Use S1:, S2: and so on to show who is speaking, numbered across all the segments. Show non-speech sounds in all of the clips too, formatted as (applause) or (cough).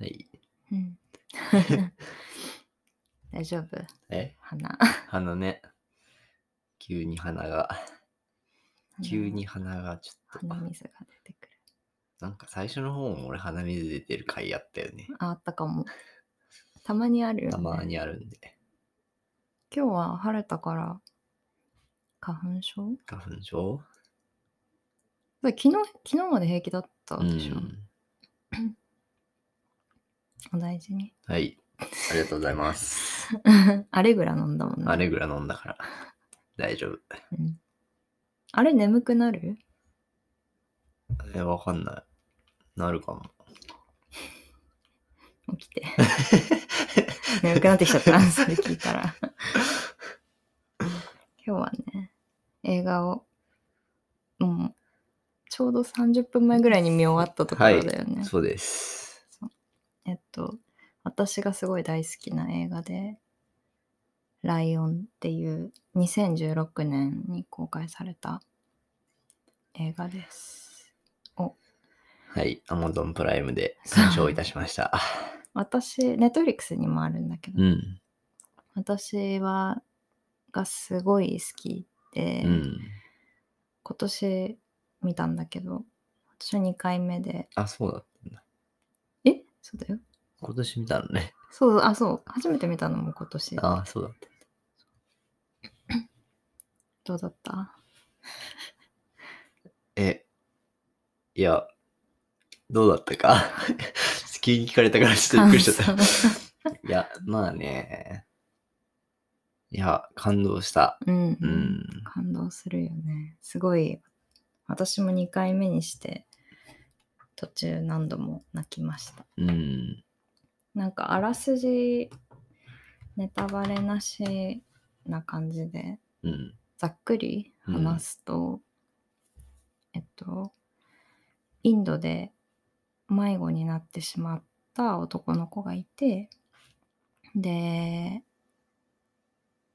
S1: はい。
S2: うん (laughs) 大丈夫
S1: え
S2: 鼻。
S1: 鼻ね。急に鼻が、急に鼻がちょっと
S2: 鼻、水が出てくる。
S1: なんか最初の方も俺鼻水出てる回あったよね。
S2: ああったかも。たまにあるよ、ね。
S1: たまにあるんで。
S2: 今日は晴れたから、花粉症
S1: 花粉症
S2: だって昨日、昨日まで平気だった
S1: う
S2: でしょ。
S1: ん。
S2: お大事に。 (laughs)
S1: はい。ありがとうございます。
S2: アレグラ飲んだもんね。
S1: あれぐらい飲んだから。大丈夫。
S2: うんあれ眠くなる
S1: え、わかんない。なるかも。
S2: 起きて。眠くなってきちゃった。 (laughs) それ聞いたら。今日はね、映画を、もう、ちょうど30分前ぐらいに見終わったところだよね。
S1: そうです。
S2: えっと、私がすごい大好きな映画で、ライオンっていう2016年に公開された映画です。
S1: はい。Amazon プライム
S2: (laughs)
S1: で鑑賞いたしました。
S2: 私、ネットフリックスにもあるんだけど、
S1: うん。
S2: 私は、がすごい好きで、
S1: うん。
S2: 今年見たんだけど、私は2回目で、
S1: あ、そうだったんだ。
S2: えそうだよ。
S1: 今年見たのね。
S2: そう、あ、そう、初めて見たのも今年。
S1: あ、そうだっ
S2: どうだった
S1: た。え、いや、どうだったか (laughs) 急に聞かれたからちょっとびっくりしちゃっ
S2: 感
S1: た。いや、まあね。いや、感動した。
S2: (laughs) うん。
S1: うん。
S2: 感動するよねすごい私も2回目にして途中何度も泣きました
S1: うん。
S2: なんかあらすじネタバレなしな感じで
S1: うん。
S2: ざっくり話すと、えっとインドで迷子になってしまった男の子がいてで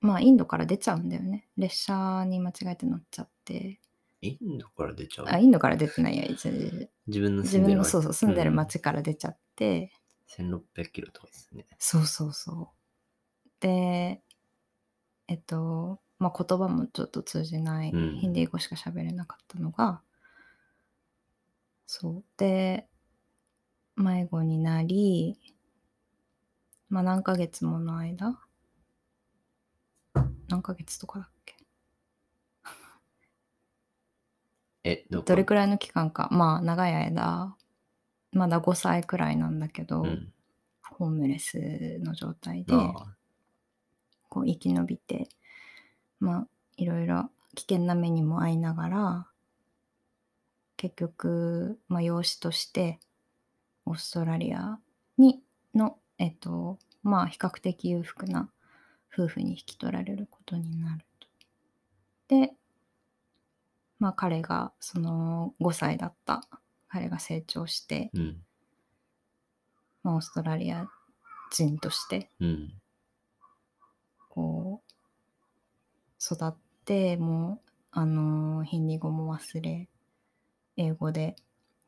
S2: まあインドから出ちゃうんだよね列車に間違えて乗っちゃって
S1: インドから出ちゃう
S2: あインドから出てないや一時
S1: 自分の
S2: 自
S1: 住んで
S2: 分
S1: る
S2: の
S1: 街
S2: そうそう住んでる
S1: うん
S2: 町から出ちゃって、
S1: 1600キロとかですね。
S2: そうそうそう。で、えっと、まあ、言葉もちょっと通じない、
S1: うん
S2: ヒンディー語しか喋れなかったのが、そう。で、迷子になり、まあ、何ヶ月もの間、何ヶ月とかだっけ
S1: え、どこ
S2: どれくらいの期間か、まあ、長い間、まだ5歳くらいなんだけど、
S1: うん。
S2: ホームレスの状態で、
S1: ああ
S2: こう生き延びてまあいろいろ危険な目にも遭いながら結局、まあ、養子としてオーストラリアにのえっとまあ比較的裕福な夫婦に引き取られることになると。でまあ彼がその5歳だった彼が成長して、
S1: うん。
S2: まあ、オーストラリア人として
S1: うん。
S2: こう育ってもうあのーヒンディー語も忘れ英語で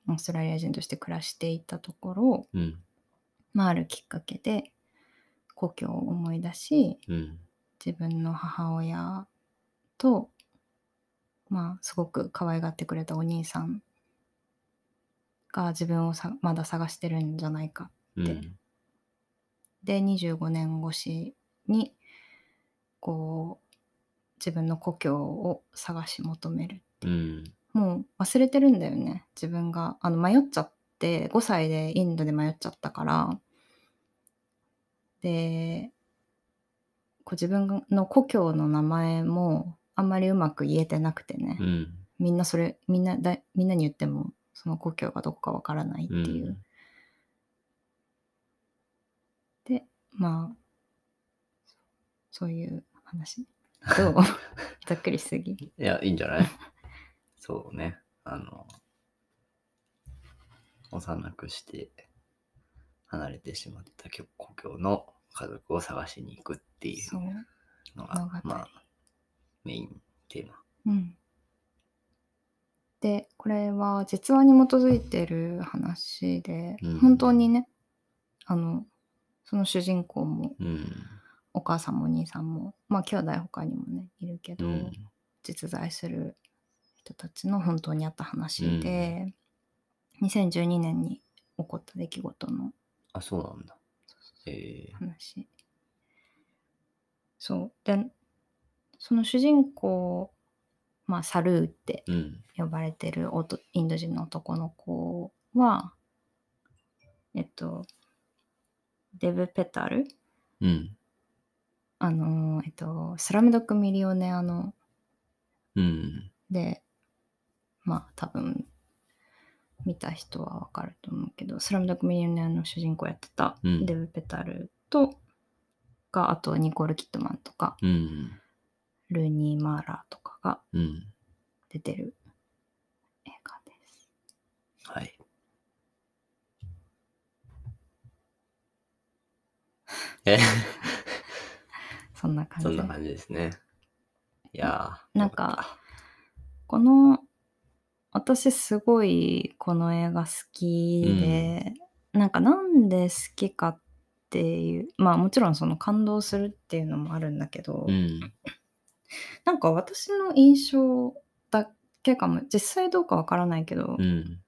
S2: オーストラリア人として暮らしていたところ、
S1: うん。
S2: まあ、あるきっかけで故郷を思い出し
S1: うん。
S2: 自分の母親と、まあ、すごく可愛がってくれたお兄さんが自分をさまだ探してるんじゃないか
S1: うん。
S2: で25年越しにこう自分の故郷を探し求める
S1: うん。
S2: もう忘れてるんだよね自分があの迷っちゃって5歳でインドで迷っちゃったからでこう自分の故郷の名前もあんまりうまく言えてなくてね、
S1: うん。
S2: みんなそれみんなだみんなに言ってもその故郷がどこかわからないっていう、
S1: うん
S2: でまあそういう
S1: (laughs)
S2: 話どう (laughs) ざっくりしすぎ
S1: いや、いいんじゃないそうね。あの、幼くして離れてしまったきょ故郷の家族を探しに行くってい
S2: そう
S1: うの
S2: 物語
S1: が、まあ、メインテーマ。
S2: うんでこれは実話に基づいてる話で、
S1: うん
S2: 本当にねあのその主人公も
S1: うん。
S2: お母さんもお兄さんもまあ兄弟他にもねいるけ
S1: う
S2: ど、
S1: ん。
S2: 実在する人たちの本当にあった話で、2012年に起こった出来事の
S1: あ、そうなんだ。え
S2: 話そうでその主人公まあサルーって
S1: えうん。
S2: 呼ばれてるおとインド人の男の子はえっとデブ・ペタル
S1: うん。
S2: あのえっと「スラムドッグ・ミリオネアの」
S1: うん。
S2: でまあ多分見た人はわかると思うけど「スラムドッグ・ミリオネア」の主人公やってた
S1: うん
S2: デブ・ペタルと、があとニコール・キットマンとか
S1: うん。
S2: ルーニー・マーラーとかが
S1: うん。
S2: 出てる映画です。
S1: (laughs) はい。え
S2: そんな感
S1: そん
S2: じ
S1: な感じですね。いやー
S2: なんか、この、私すごいこの映画好きで、なんかなんで好きかっていう、まあもちろんその感動するっていうのもあるんだけど、
S1: よかったうん。
S2: なんか私の印象だけかも、実際どうかわからないけど、
S1: うん。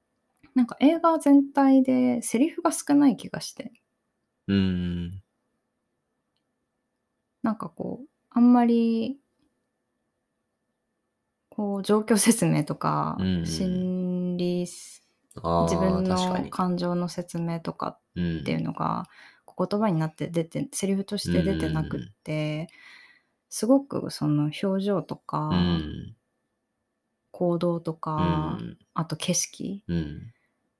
S2: なんか映画全体でセリフが少ない気がして、
S1: うん。
S2: なんかこう、あんまり、こう、状況説明とか、
S1: うんうん
S2: 心理
S1: ああ、
S2: 自分
S1: 確か
S2: の
S1: に
S2: 感情の説明とか
S1: うん
S2: っていうのがこう言葉になって出てセリフとして出てなくってすごくその表情とか
S1: うん。
S2: 行動と
S1: う
S2: か
S1: ん。
S2: あと景色
S1: うん。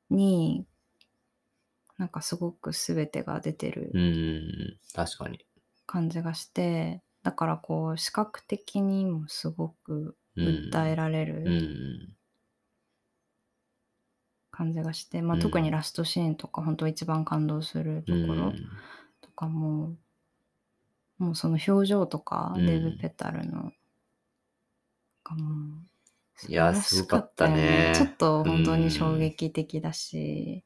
S2: になんかすごく全てが出てる
S1: うん。確かに。
S2: 感じがしてだからこう視覚的にもすごく
S1: うん
S2: 訴えられ
S1: う
S2: る
S1: ん。
S2: 感じがしてまあ
S1: うん
S2: 特にラストシーンとか本当一番感動するところとかも、もうその表情とか、
S1: うん
S2: デブ・ペタルの、がもう
S1: いや
S2: 素晴らしよ
S1: すごかったね
S2: ちょっと本当に衝撃的だし、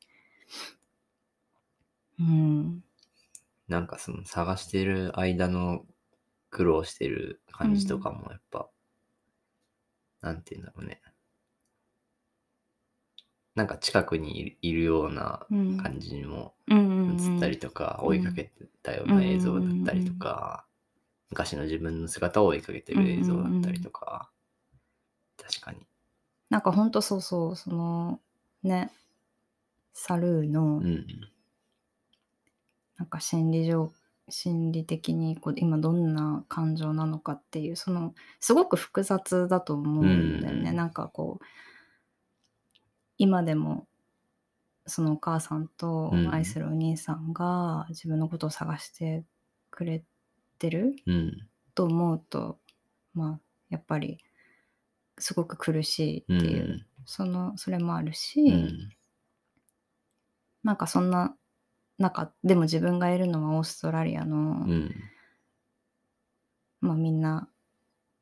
S2: うん、
S1: なんかその探してる間の苦労してる感じとかもやっぱ、なんて言うんだろうね。なんか近くにいるいるような
S2: うん、
S1: 感じにも
S2: 映
S1: 映ったりとか、
S2: うん
S1: 追いかけてたような映像だったりとか、昔の自分の姿を追いかけてる映像だったりとか、確かに。
S2: なんか本当そうそう、その、ね、サルーの
S1: う、ん。
S2: なんか心理上、心理的にこう今どんな感情なのかっていうそのすごく複雑だと思うんだよ
S1: うんうん
S2: ね、
S1: うん
S2: なんかこう今でもそのお母さんと
S1: うん
S2: 愛するお兄さんが自分のことを探してくれてる
S1: うん。
S2: と思うとまあやっぱりすごく苦しいっていう、そのそれもあるし、
S1: うん。うん。
S2: なんかそんな中でも自分がいるのはオーストラリアの、
S1: うん。
S2: まあみんな、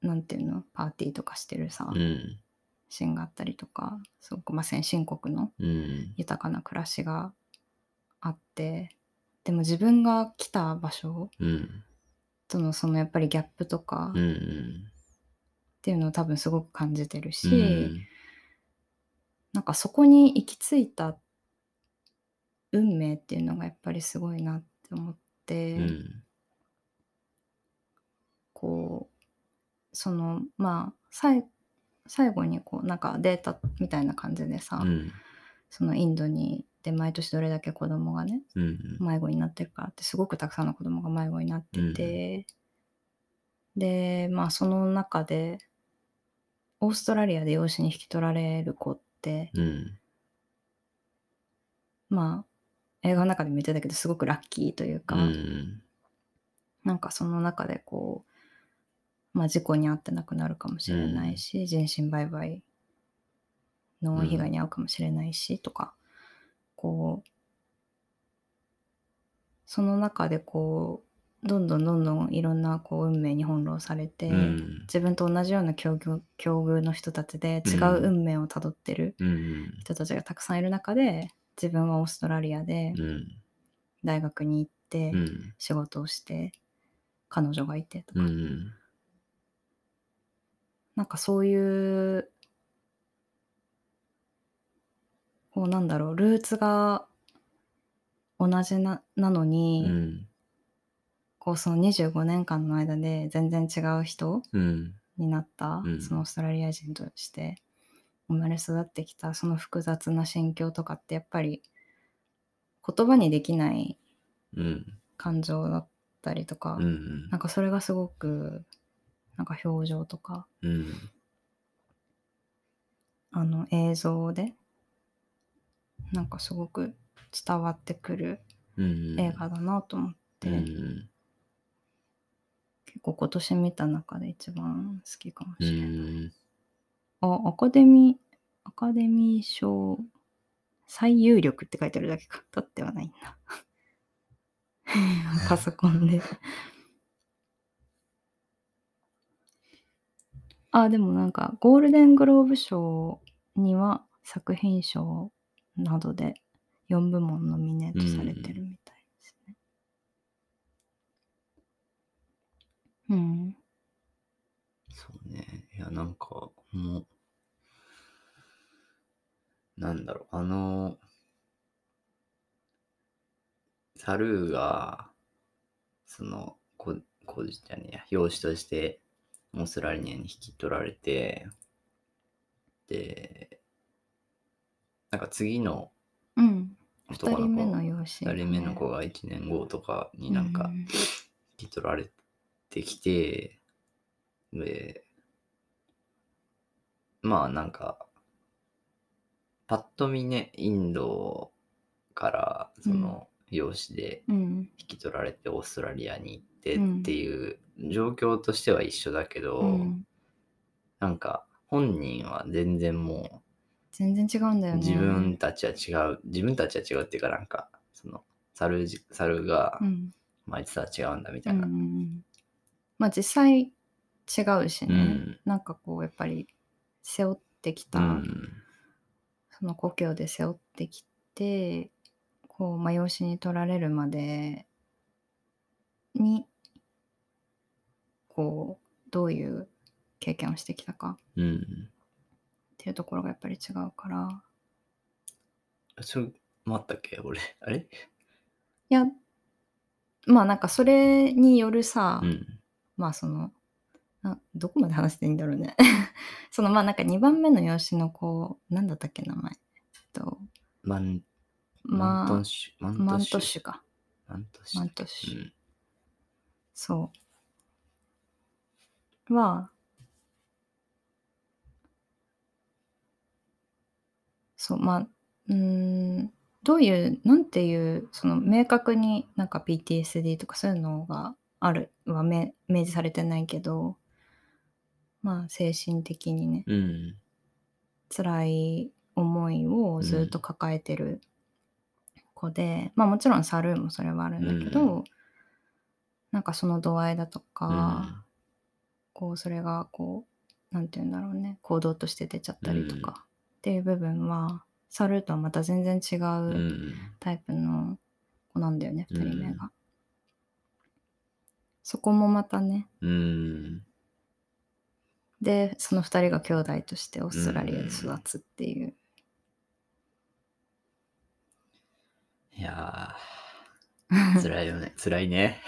S2: なんていうの、パーティーとかしてるさ
S1: う、ん。
S2: シーンがあったりとか、すごくまあ先進国の
S1: うん。
S2: 豊かな暮らしがあって、でも自分が来た場所
S1: うん。
S2: とのそのやっぱりギャップとか
S1: う
S2: っ
S1: ん。
S2: ていうのを多分すごく感じてるし、
S1: うん
S2: なんかそこに行き着いた運命っていうのがやっぱりすごいなって思って、
S1: うん。
S2: こうそのまあさい最後にこうなんかデータみたいな感じでさ、
S1: うん。
S2: そのインドにで毎年どれだけ子供がね
S1: うん。
S2: 迷子になってるかってすごくたくさんの子供が迷子になってて、でまあその中でオーストラリアで養子に引き取られる子って
S1: うん。
S2: まあ映画の中でも言ってたけどすごくラッキーというか、
S1: うん。
S2: なんかその中でこう、まあ、事故に遭って亡くなるかもしれないし、人身売買の被害に遭うかもしれないし、とかこうその中でこうどんどんどんどんいろんなこう運命に翻弄されて、
S1: うん。
S2: 自分と同じような境遇境遇の人たちで違う運命をたどってる
S1: うん。
S2: 人たちがたくさんいる中で自分はオーストラリアで、
S1: うん。
S2: 大学に行って、
S1: うん。
S2: 仕事をして彼女がいてとか、
S1: うん。
S2: なんかそういうこうなんだろうルーツが同じななの
S1: う
S2: に、
S1: ん。
S2: こうその25年間の間で全然違う人
S1: うん。
S2: になった、
S1: うん
S2: そのオーストラリア人として生まれ育ってきたその複雑な心境とかってやっぱり言葉にできない
S1: うん。
S2: 感情だったりとか、
S1: うん
S2: なんかそれがすごくなんか表情とか
S1: うん。
S2: あの映像でなんかすごく伝わってくる
S1: うん。
S2: 映画だなと思って、
S1: うん。
S2: 結構今年見た中で一番好きかも
S1: う
S2: しれない。
S1: ん。
S2: あアカデミーアカデミー賞最有力って書いてあるだけか取ってはない (laughs) んだパソコンであでもなんかゴールデングローブ賞には作品賞などで4部門ノミネートされてるみたいですねうん
S1: そうね。いや、なんか、もう、なんだろう、あの、サルーが、その、ここじじゃねえや、養子として、オーストラリアに引き取られて、で、なんか次の
S2: うん
S1: 男
S2: 2
S1: の子、
S2: 人目の養子
S1: 二人目の子が1年後とかになんか、
S2: うん
S1: 引き取られてきて、で、まあなんか、パッと見ね、インドからその養子で
S2: うん
S1: 引き取られてオーストラリアに行って
S2: うん
S1: っていう状況としては一緒だけど、
S2: うん、
S1: なんか本人は全然も
S2: 全然違うんだ
S1: う
S2: よね
S1: 自分たちは違う、自分たちは違うっていうかなんか、その、猿じ猿が
S2: う、ん
S1: まああいつとは違うんだみ
S2: う
S1: たい
S2: んう
S1: な。
S2: んまあ実際違うしね、
S1: うん
S2: なんかこうやっぱり背負ってきた、
S1: うん
S2: その故郷で背負ってきてこう、まあ、養子に取られるまでにこうどういう経験をしてきたか
S1: うん
S2: っていうところがやっぱり違うから
S1: それもあったっけ俺。 (laughs) あれ
S2: いやまあなんかそれによるさ、
S1: うん。
S2: まあそのなどこまで話していいんだろうね (laughs) そのまあなんか2番目の養子の子なんだったっけ名前えっと
S1: マン、マント
S2: ま
S1: ンシュ。マ
S2: あマントッ
S1: ュ。
S2: シュか
S1: マントッシュ。
S2: マントッシュ、
S1: うん
S2: そうはそうまあうーんどういうなんていうその明確になんか PTSD とかそういうのがあるは明明示されてないけどまあ精神的にね、
S1: うん。
S2: 辛い思いをずっと抱えてる子で、まあもちろんサルーもそれはあるんだけど、
S1: う
S2: なんかその度合いだとか、
S1: うん
S2: こうそれがこうなんて言うんだろうね行動として出ちゃったりとか、っていう部分はサルーとはまた全然違
S1: う。
S2: ううんタイプの子なんだよね、
S1: うん
S2: 2人目が、そこもまたね
S1: うん。
S2: でその2人が兄弟としてオーストラリアで育つっていう、
S1: いや
S2: (laughs)
S1: ー、辛いよね。辛いね。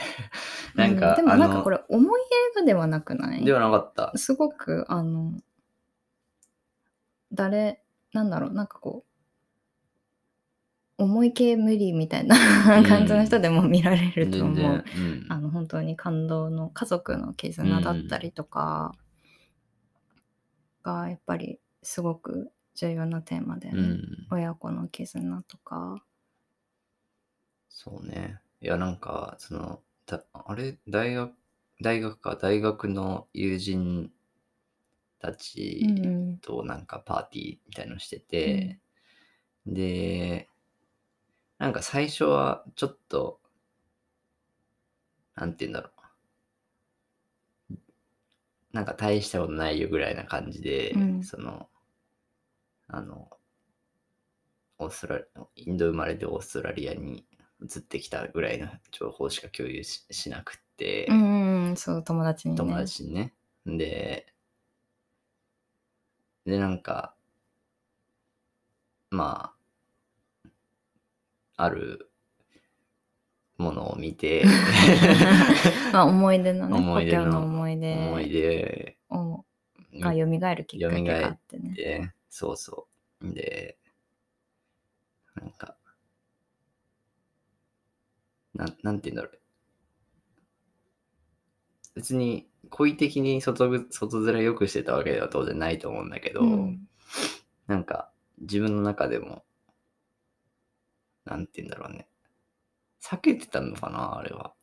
S1: なん
S2: う
S1: か、
S2: でもなん
S1: あ
S2: か
S1: の
S2: これ重い映画ではなくない
S1: ではなかった。
S2: すごくあの誰なんだろうなんかこう重い系無理みたいな
S1: うん
S2: 感じの人でも見られると思
S1: 全
S2: う、
S1: 然。うん
S2: あの本当に感動の家族の絆だったりとかがやっぱりすごく重要なテーマで、
S1: うん。
S2: 親子の絆とか
S1: そうね。いや、なんか、その、たあれ、大学、大学か、大学の友人たち
S2: うんうん
S1: となんかパーティーみたいのしてて、でなんか最初はちょっとなんて言うんだろうなんか大したことないよぐらいな感じで、
S2: うん
S1: そのあのオーストラリアインド生まれでオーストラリアに移ってきたぐらいの情報しか共有ししなくって、
S2: うんうん、そう、友達にね。
S1: 友達にね。で、で、なんか、まあ、あるものを見て、
S2: (laughs)
S1: (laughs)
S2: まあ、思い出のね、
S1: 思
S2: 故
S1: い出の
S2: 郷の思い出
S1: 思い出
S2: を
S1: 見
S2: が蘇るきっかけがあってね。
S1: で、そうそう。で、なんか、なんなんて言うんだろう。別に、故意的に外ぐ外面良くしてたわけでは当然ないと思うんだけど、
S2: うん
S1: なんか、自分の中でも、なんて言うんだろうね。避けてたのかな、あれは。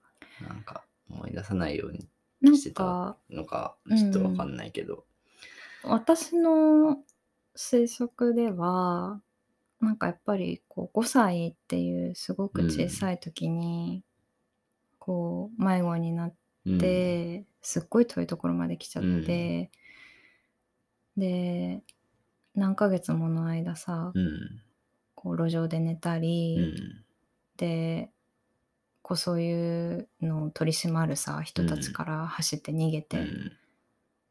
S1: なんか、思い出さないように
S2: な
S1: して
S2: ん
S1: た
S2: か
S1: のか、ちょっとわかんないけど。
S2: 私の推測ではなんかやっぱりこう5歳っていうすごく小さい時に、こう迷子になっ
S1: うん、
S2: て、すっごい遠いところまで来ちゃって、で何ヶ月もの間さ、
S1: うん。
S2: こう路上で寝た
S1: う
S2: り、
S1: ん。
S2: でこうそういうのを取り締まるさ人たちから走って逃げて、
S1: うん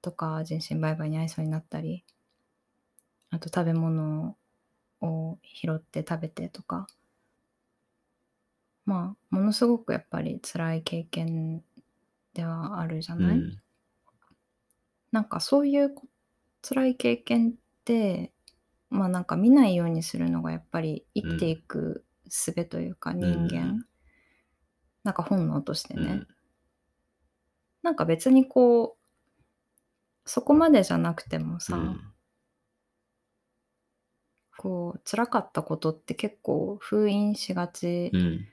S2: とか人身売買に遭いそうになったりあと食べ物を拾って食べてとかまあものすごくやっぱり辛い経験ではあるじゃない、
S1: うん
S2: なんかそういうこ辛い経験ってまあなんか見ないようにするのがやっぱり生きていく術というか人間、
S1: うん
S2: なんか本能としてね、
S1: うん
S2: なんか別にこうそこまでじゃなくてもさ、
S1: うん
S2: こう辛かったことって結構封印しがち、
S1: うん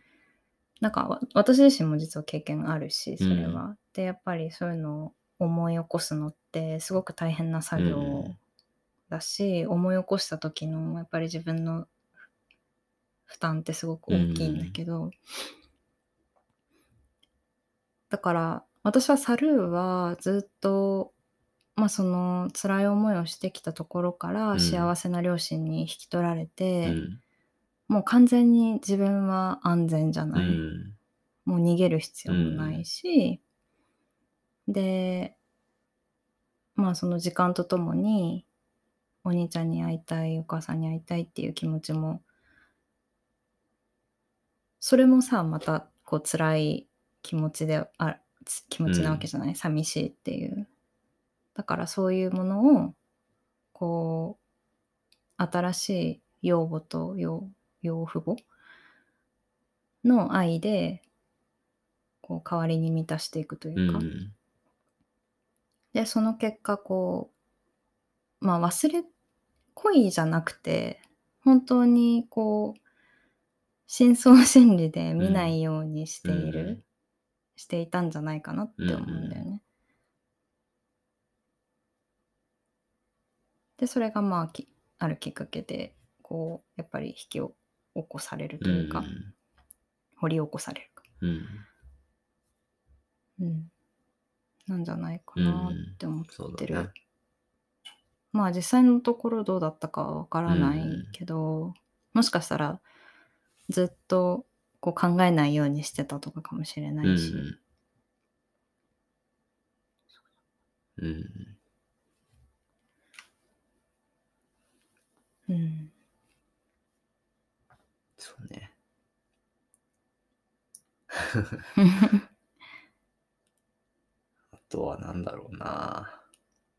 S2: なんかわ私自身も実は経験あるしそれは、でやっぱりそういうのを思い起こすのってすごく大変な作業だし、思い起こした時のやっぱり自分の負担ってすごく大きいんだけど、だから私はサルーはずっとまあその辛い思いをしてきたところか
S1: う
S2: ら
S1: ん
S2: 幸せな両親に引き取られ
S1: う
S2: て、
S1: ん
S2: もう完全に自分は安全じゃ
S1: う
S2: ない、
S1: ん
S2: もう逃げる必要もないし、でまあその時間とともにお兄ちゃんに会いたいお母さんに会いたいっていう気持ちもそれもさまたこう辛い気持ちであつ気持ちなわけじゃない、寂しいっていうだからそういうものをこう新しい養母と養養父母の愛でこう代わりに満たしていくというか、
S1: うん
S2: でその結果こうまあ忘れ恋じゃなくて本当にこう深層心理で見ないようにしている、
S1: うんうん
S2: していたんじゃないかなって思うんだよね。でそれがまあきあるきっかけでこうやっぱり引き起こされるというか、掘り起こされるか、
S1: うん
S2: うん、なんじゃないかなって思って
S1: そう
S2: て
S1: だ
S2: る、
S1: ね
S2: まあ実際のところどうだったかはわからないけど、もしかしたらずっとこう考えないようにしてたとかかもしれな
S1: う
S2: いし、
S1: んうん
S2: うん
S1: そうねあとはなんだろうな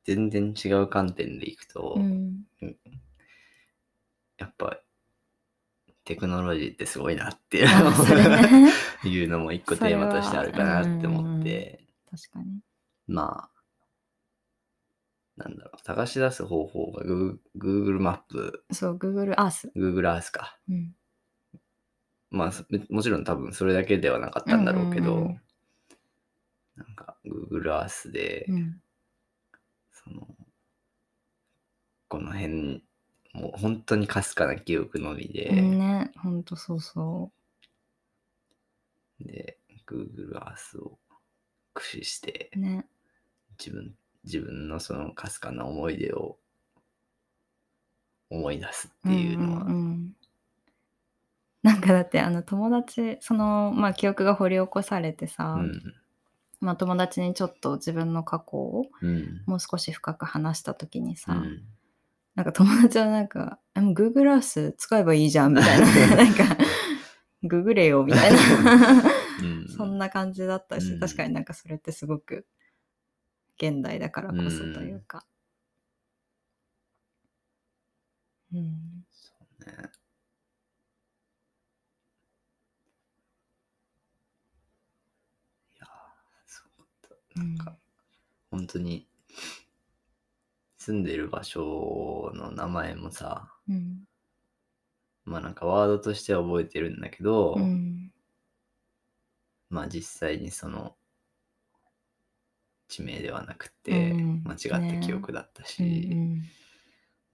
S1: 全然違う観点でいくと、
S2: (laughs) うん
S1: やっぱテクノロジーってすごいなって
S2: あそれ (laughs) ね
S1: いうのも一個テーマとしてあるかなって思って、
S2: 確かに。
S1: まあ、なんだろう、探し出す方法が Google Google マップ、
S2: そう、Google Earth。
S1: Google Earth か。
S2: うん。
S1: まあ、そもちろん多分それだけではなかったんだろうけど、
S2: うんうんうん
S1: なんか Google Earth で、
S2: うん。
S1: その、この辺、もう本当にかすかな記憶のみで、
S2: ね、ほんとそうそ
S1: で、Google Earth を駆使して
S2: う。、ね。
S1: 自分、自分のそのかすかな思い出を思い出すっていうのは、
S2: んんんなんかだってあの友達そのまあ記憶が掘り起こされてさ、
S1: うん。
S2: まあ、友達にちょっと自分の過去を
S1: うん。
S2: もう少し深く話した時にさ、
S1: うん
S2: なんか友達はなんか「えもう Google Earth 使えばいいじゃん」みた
S1: (laughs)
S2: いななんか「ググれよ」みたいな
S1: うん
S2: そんな感じだったし、
S1: うん
S2: 確かになんかそれってすごく現代だからこそというか。うん
S1: そうね。いやー、そうだなんか、本当に、住んでる場所の名前もさ、
S2: うん
S1: まあなんかワードとしては覚えてるんだけど、
S2: うん
S1: まあ実際にその、地名ではなくて、
S2: うん
S1: 間違った記憶だったし、
S2: うん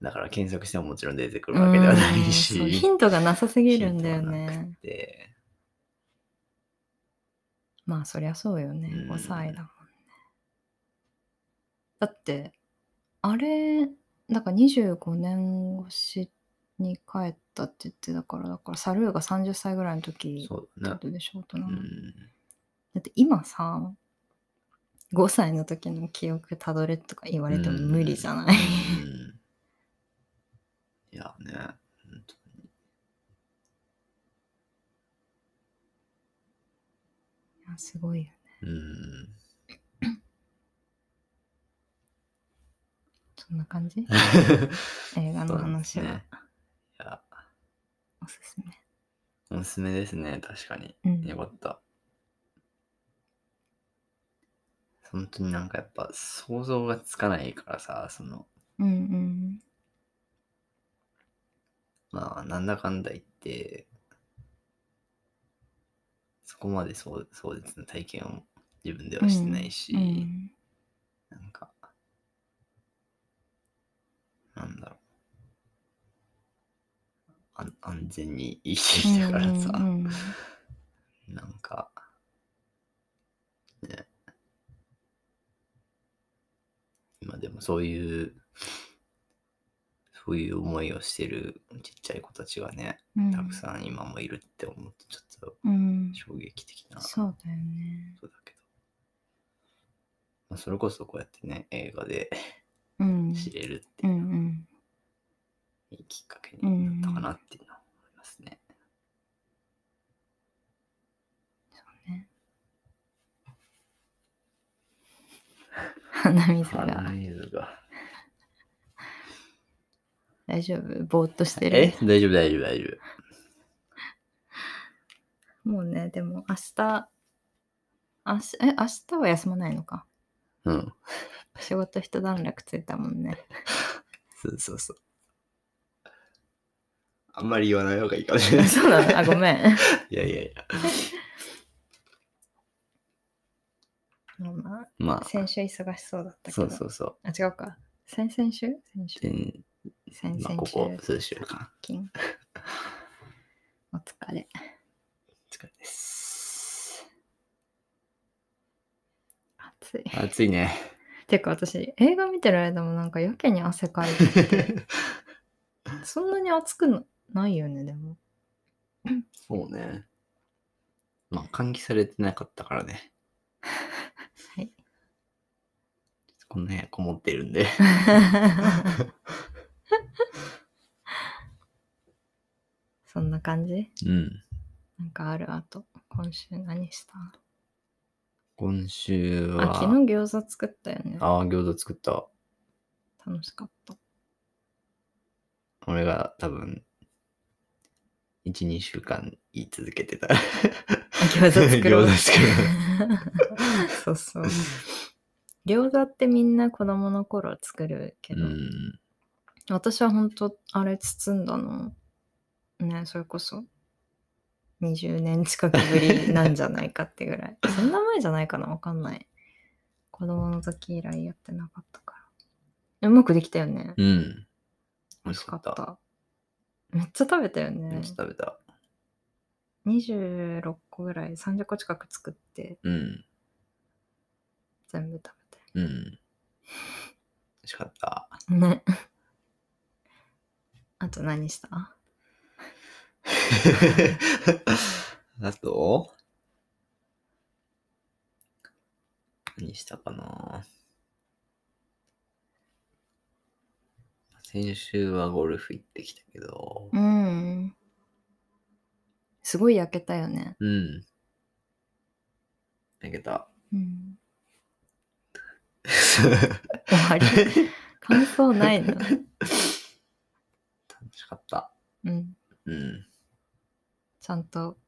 S1: だから検索してももちろん出てく
S2: う
S1: るわけではない
S2: ん
S1: し、
S2: そうヒントがなさすぎるんだよ
S1: ヒントはな
S2: ね
S1: くて
S2: まあそりゃそうよね、
S1: うん
S2: 5歳だもんねだってあれだから25年越しに帰ったって言ってたからだからサルーが30歳ぐらいの時
S1: そう
S2: って
S1: だ
S2: こ
S1: ね。
S2: とでしょうと
S1: う
S2: な、
S1: ん
S2: だって今さ5歳の時の記憶たどれとか言われても無理じゃない、
S1: うんいやね、本当に。
S2: いやすごいよね
S1: うん。
S2: そんな
S1: (laughs)
S2: 感じ (laughs) 映画の
S1: そ
S2: 話
S1: うです
S2: は
S1: ねいや、
S2: おすすめ
S1: おすすめですね、確かに。
S2: うん
S1: よかった。本当になんかやっぱ想像がつかないからさ、その、
S2: うん
S1: まあ、なんだかんだ言って、そこまでそう壮絶な体験を自分で
S2: うん
S1: はしてないし、
S2: うん
S1: なんか、なんだろう。安安全に生きてきたからさ、
S2: うんうん
S1: なんか、ね。今でもそういう、そういう思いをしてるちっちゃい子たちがね、
S2: うん
S1: たくさん今もいるって思うとちょっと
S2: うん、
S1: 衝撃的なこ
S2: そうだよね。
S1: とだけど。まあ、それこそこうやってね、映画で
S2: うん。
S1: 知れるって
S2: う
S1: い
S2: んう
S1: う、
S2: ん。
S1: いいきっかけになったかなっていうのは思いますね。
S2: そうね。鼻水
S1: 鼻
S2: が
S1: 水が。
S2: 大丈夫ぼーっとしてる
S1: え。大丈夫大丈夫大丈夫。
S2: もうね、でも明日、明日、え、明日は休まないのか。
S1: うん。
S2: 仕事一段落ついたも
S1: (laughs)
S2: んね。
S1: そうそうそう。あんまり言わない方がいいかもしれない。
S2: そうなのあ、ごめん。
S1: (laughs) いやいやいや。
S2: (laughs) まあま
S1: ま
S2: あ先週忙しそうだっ
S1: あ、
S2: たけ
S1: そ
S2: ど。
S1: うそうそう。
S2: あ、違うか。先々週先週
S1: で
S2: 先
S1: まあ、
S2: 々
S1: こ
S2: 週。
S1: こ数週間。
S2: 金 (laughs) お疲れ。
S1: お疲れ
S2: (laughs)
S1: です。
S2: 暑い。
S1: 暑いね。
S2: てか私映画見てる間もなんかやけに汗
S1: (laughs)
S2: かいてそんなに暑くなないよねで
S1: (laughs)
S2: も
S1: そうね。まあ、換気されてなかったからね。
S2: はい
S1: この部屋こもってるん
S2: (laughs)
S1: で。
S2: そんな感じ
S1: うん。
S2: なんかあるあと今週何した
S1: 今週は。
S2: あ昨日餃子作ったよね
S1: ああ、餃子作った。
S2: 楽しかった
S1: 俺が多分、1、2週間言い続け
S2: (laughs)
S1: てた。
S2: あ餃子作ろ
S1: (laughs)
S2: う
S1: 餃子作
S2: (laughs) そうそう餃子ってみんな子供の頃作るけ
S1: う
S2: ど、
S1: ん。
S2: 私は本当あれ包んだのねそれこそ20年近くぶりなんじゃないかって
S1: (laughs)
S2: ぐらいそんな前じゃないかなわかんない子供の時以来やってなかったからうまくできたよね
S1: うん。
S2: 美味しかっためっちゃ食べたよ
S1: めっ
S2: ね
S1: ちゃ食べた。
S2: 26個ぐらい30個近く作って
S1: うん。
S2: 全部食べ
S1: うん。美味しかった。
S2: (laughs) たよねあと何した
S1: (laughs) あと、何したかな先週はゴルフ行ってきたけど、
S2: うん。すごい焼けたよね。
S1: うん。泣けた。 (laughs)
S2: うん。終わり。
S1: (laughs) 楽
S2: 感想ないの。
S1: しかった。
S2: うん。
S1: うん。
S2: ちゃんと。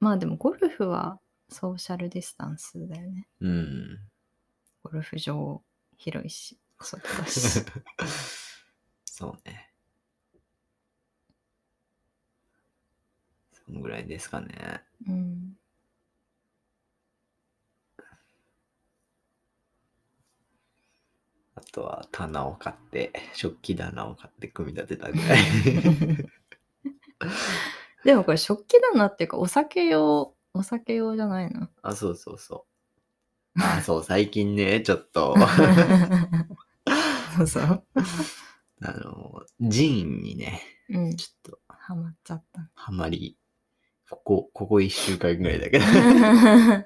S2: まあでもゴルフはソーシャルディスタンスだよね。
S1: うん。
S2: ゴルフ場広いし、外だし。
S1: (laughs) そうね。そんぐらいですかね。
S2: うん。 (laughs)
S1: あとは棚を買って、食器棚を買って組み立てたぐ
S2: (laughs)
S1: らい。
S2: でもこれ食器棚っていうかお酒用、お酒用じゃない
S1: (laughs)
S2: の。
S1: あ、そうそうそう。あ、そう、最近ね、ちょっと、
S2: そうそう。
S1: あの、ジーンにね、
S2: うん。
S1: ちょっと
S2: ハマっち
S1: (laughs)
S2: ゃった。
S1: ハマり、ここ、ここ1週間ぐらいだけ
S2: (laughs)
S1: ど、ハ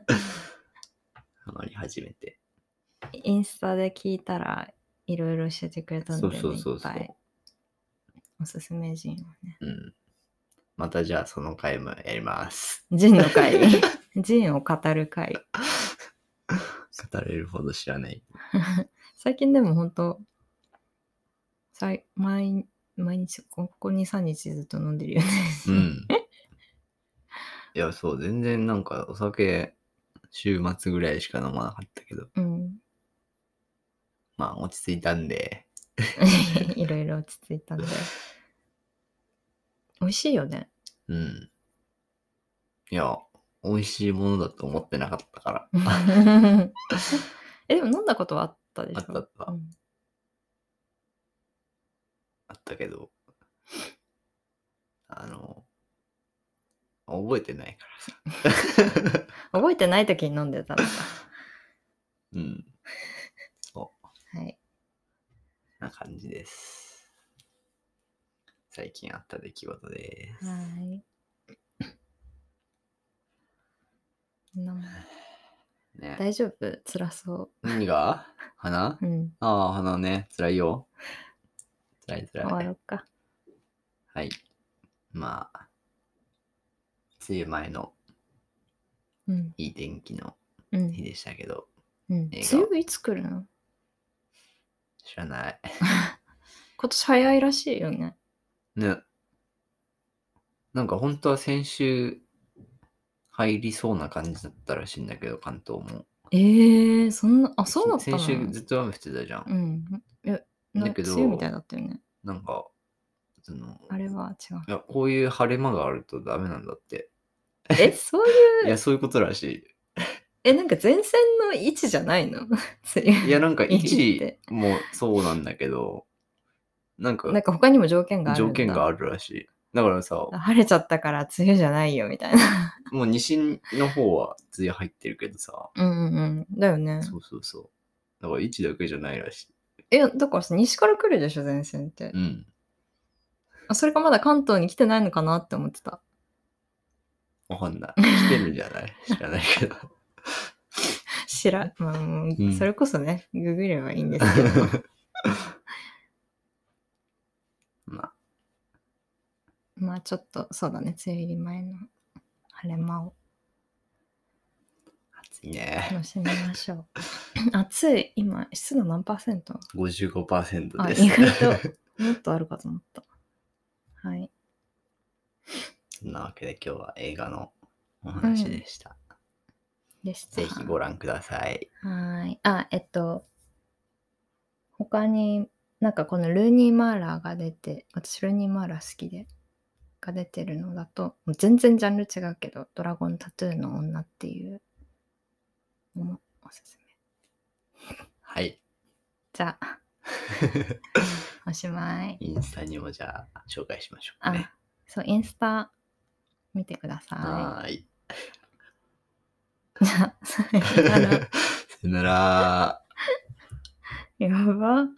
S1: マり始めて。
S2: インスタで聞いたらいろいろ教えてくれたんだ
S1: そ
S2: よ
S1: う
S2: ね。
S1: そうそう
S2: いっぱ
S1: そう。
S2: いおすすめ人をね。
S1: うん。またじゃあその回もやります。
S2: ジンの会。 (laughs) ジンを語る会。
S1: 語れるほど知らない。
S2: 最近でも本当さい毎毎日ここ23日ずっと飲んでるよね。
S1: うん。いや、そう、全然なんかお酒、週末ぐらいしか飲まなかったけど、
S2: (laughs) うん。
S1: まあ落ち着いたんで、
S2: いろいろ落ち着いたんで。美味しいよ (laughs) ね。
S1: うん。いや、美味しいものだと思ってなかったから。
S2: え、でも飲んだことはあったでしょ
S1: あったあった
S2: う。ん
S1: あったけど、あの、覚えてないからさ。
S2: 覚えてない時に飲んでたのか。
S1: うん。
S2: はい。
S1: な感じです。最近あった出来事です。
S2: はい。な
S1: ね、
S2: 大丈夫辛そ
S1: 何が鼻
S2: う。うん。
S1: ああ、鼻ね、辛いよ。辛い辛
S2: 終わろ
S1: い。
S2: うか。
S1: はい。まあ、梅雨前の
S2: うん。
S1: いい天気の
S2: うん
S1: 日。でしたけど、
S2: うん、
S1: 映
S2: 梅
S1: 画
S2: 雨いつ来るの
S1: 知らない。
S2: 今年早いらしいよね。
S1: ね。なんか本当は先週入りそうな感じだったらしいんだけど、関東も。
S2: えー、そんな、あ、そうだったの
S1: 先週ずっと雨降ってたじゃん。
S2: うん。え、な
S1: だけど
S2: 梅雨みたいだったよね。
S1: なんか、その、
S2: あれは違う。
S1: いや、こういう晴れ間があるとダメなんだって。
S2: (laughs) え、そういう、
S1: いや、そういうことらし
S2: え、なんか前線の位置じゃないの (laughs) 梅
S1: い。
S2: 雨
S1: いや、なんか位
S2: (laughs) いいっ
S1: 置
S2: て
S1: もそうなんだけど、なんか
S2: なんか他にも条件があるんだ。
S1: 条件があ
S2: る。
S1: るらしい。だからさ、も
S2: 晴れちゃったから梅雨じゃないよみたいな。
S1: う西の方は梅雨入ってるけどさ、
S2: うんうんうん。だよね。
S1: そうそうそう。だから位置だけじゃないらしい。
S2: え、だからさ西から来るでしょ、前線って
S1: う。ん。
S2: あそれかまだ関東に来てないのかなって思ってた。
S1: わかんない。来てるんじゃ
S2: (laughs)
S1: ない知らないけど。
S2: 知らん。まあ、もう
S1: うん
S2: それこそね、ググればいいんですけど。
S1: まあ、
S2: まあちょっと、そうだね、梅雨入り前の晴れ間を
S1: 暑いね。
S2: 楽しみましょ
S1: (laughs)
S2: う。暑い、今、湿度何パーセント
S1: 55%
S2: あ、
S1: で
S2: 意
S1: す。
S2: 外と、もっとあるかと思った。はい。
S1: そんなわけで今日は映画のお話でした。
S2: でした。
S1: ぜひご覧ください。
S2: はーい。あ、えっと、他に、なんかこのルーニー・マーラーが出て、私ルーニー・マーラー好きで、が出てるのだと、もう全然ジャンル違うけど、ドラゴンタトゥーの女っていうのもおすすめ。
S1: はい。
S2: じゃあ、おしまい。
S1: インスタにもじゃあ紹介しましょうかね
S2: あ。、そう、インスタ見てくださ
S1: はーい。
S2: い。じ (laughs) ゃ
S1: (laughs)
S2: あ、さよなら
S1: さよなら。
S2: やば。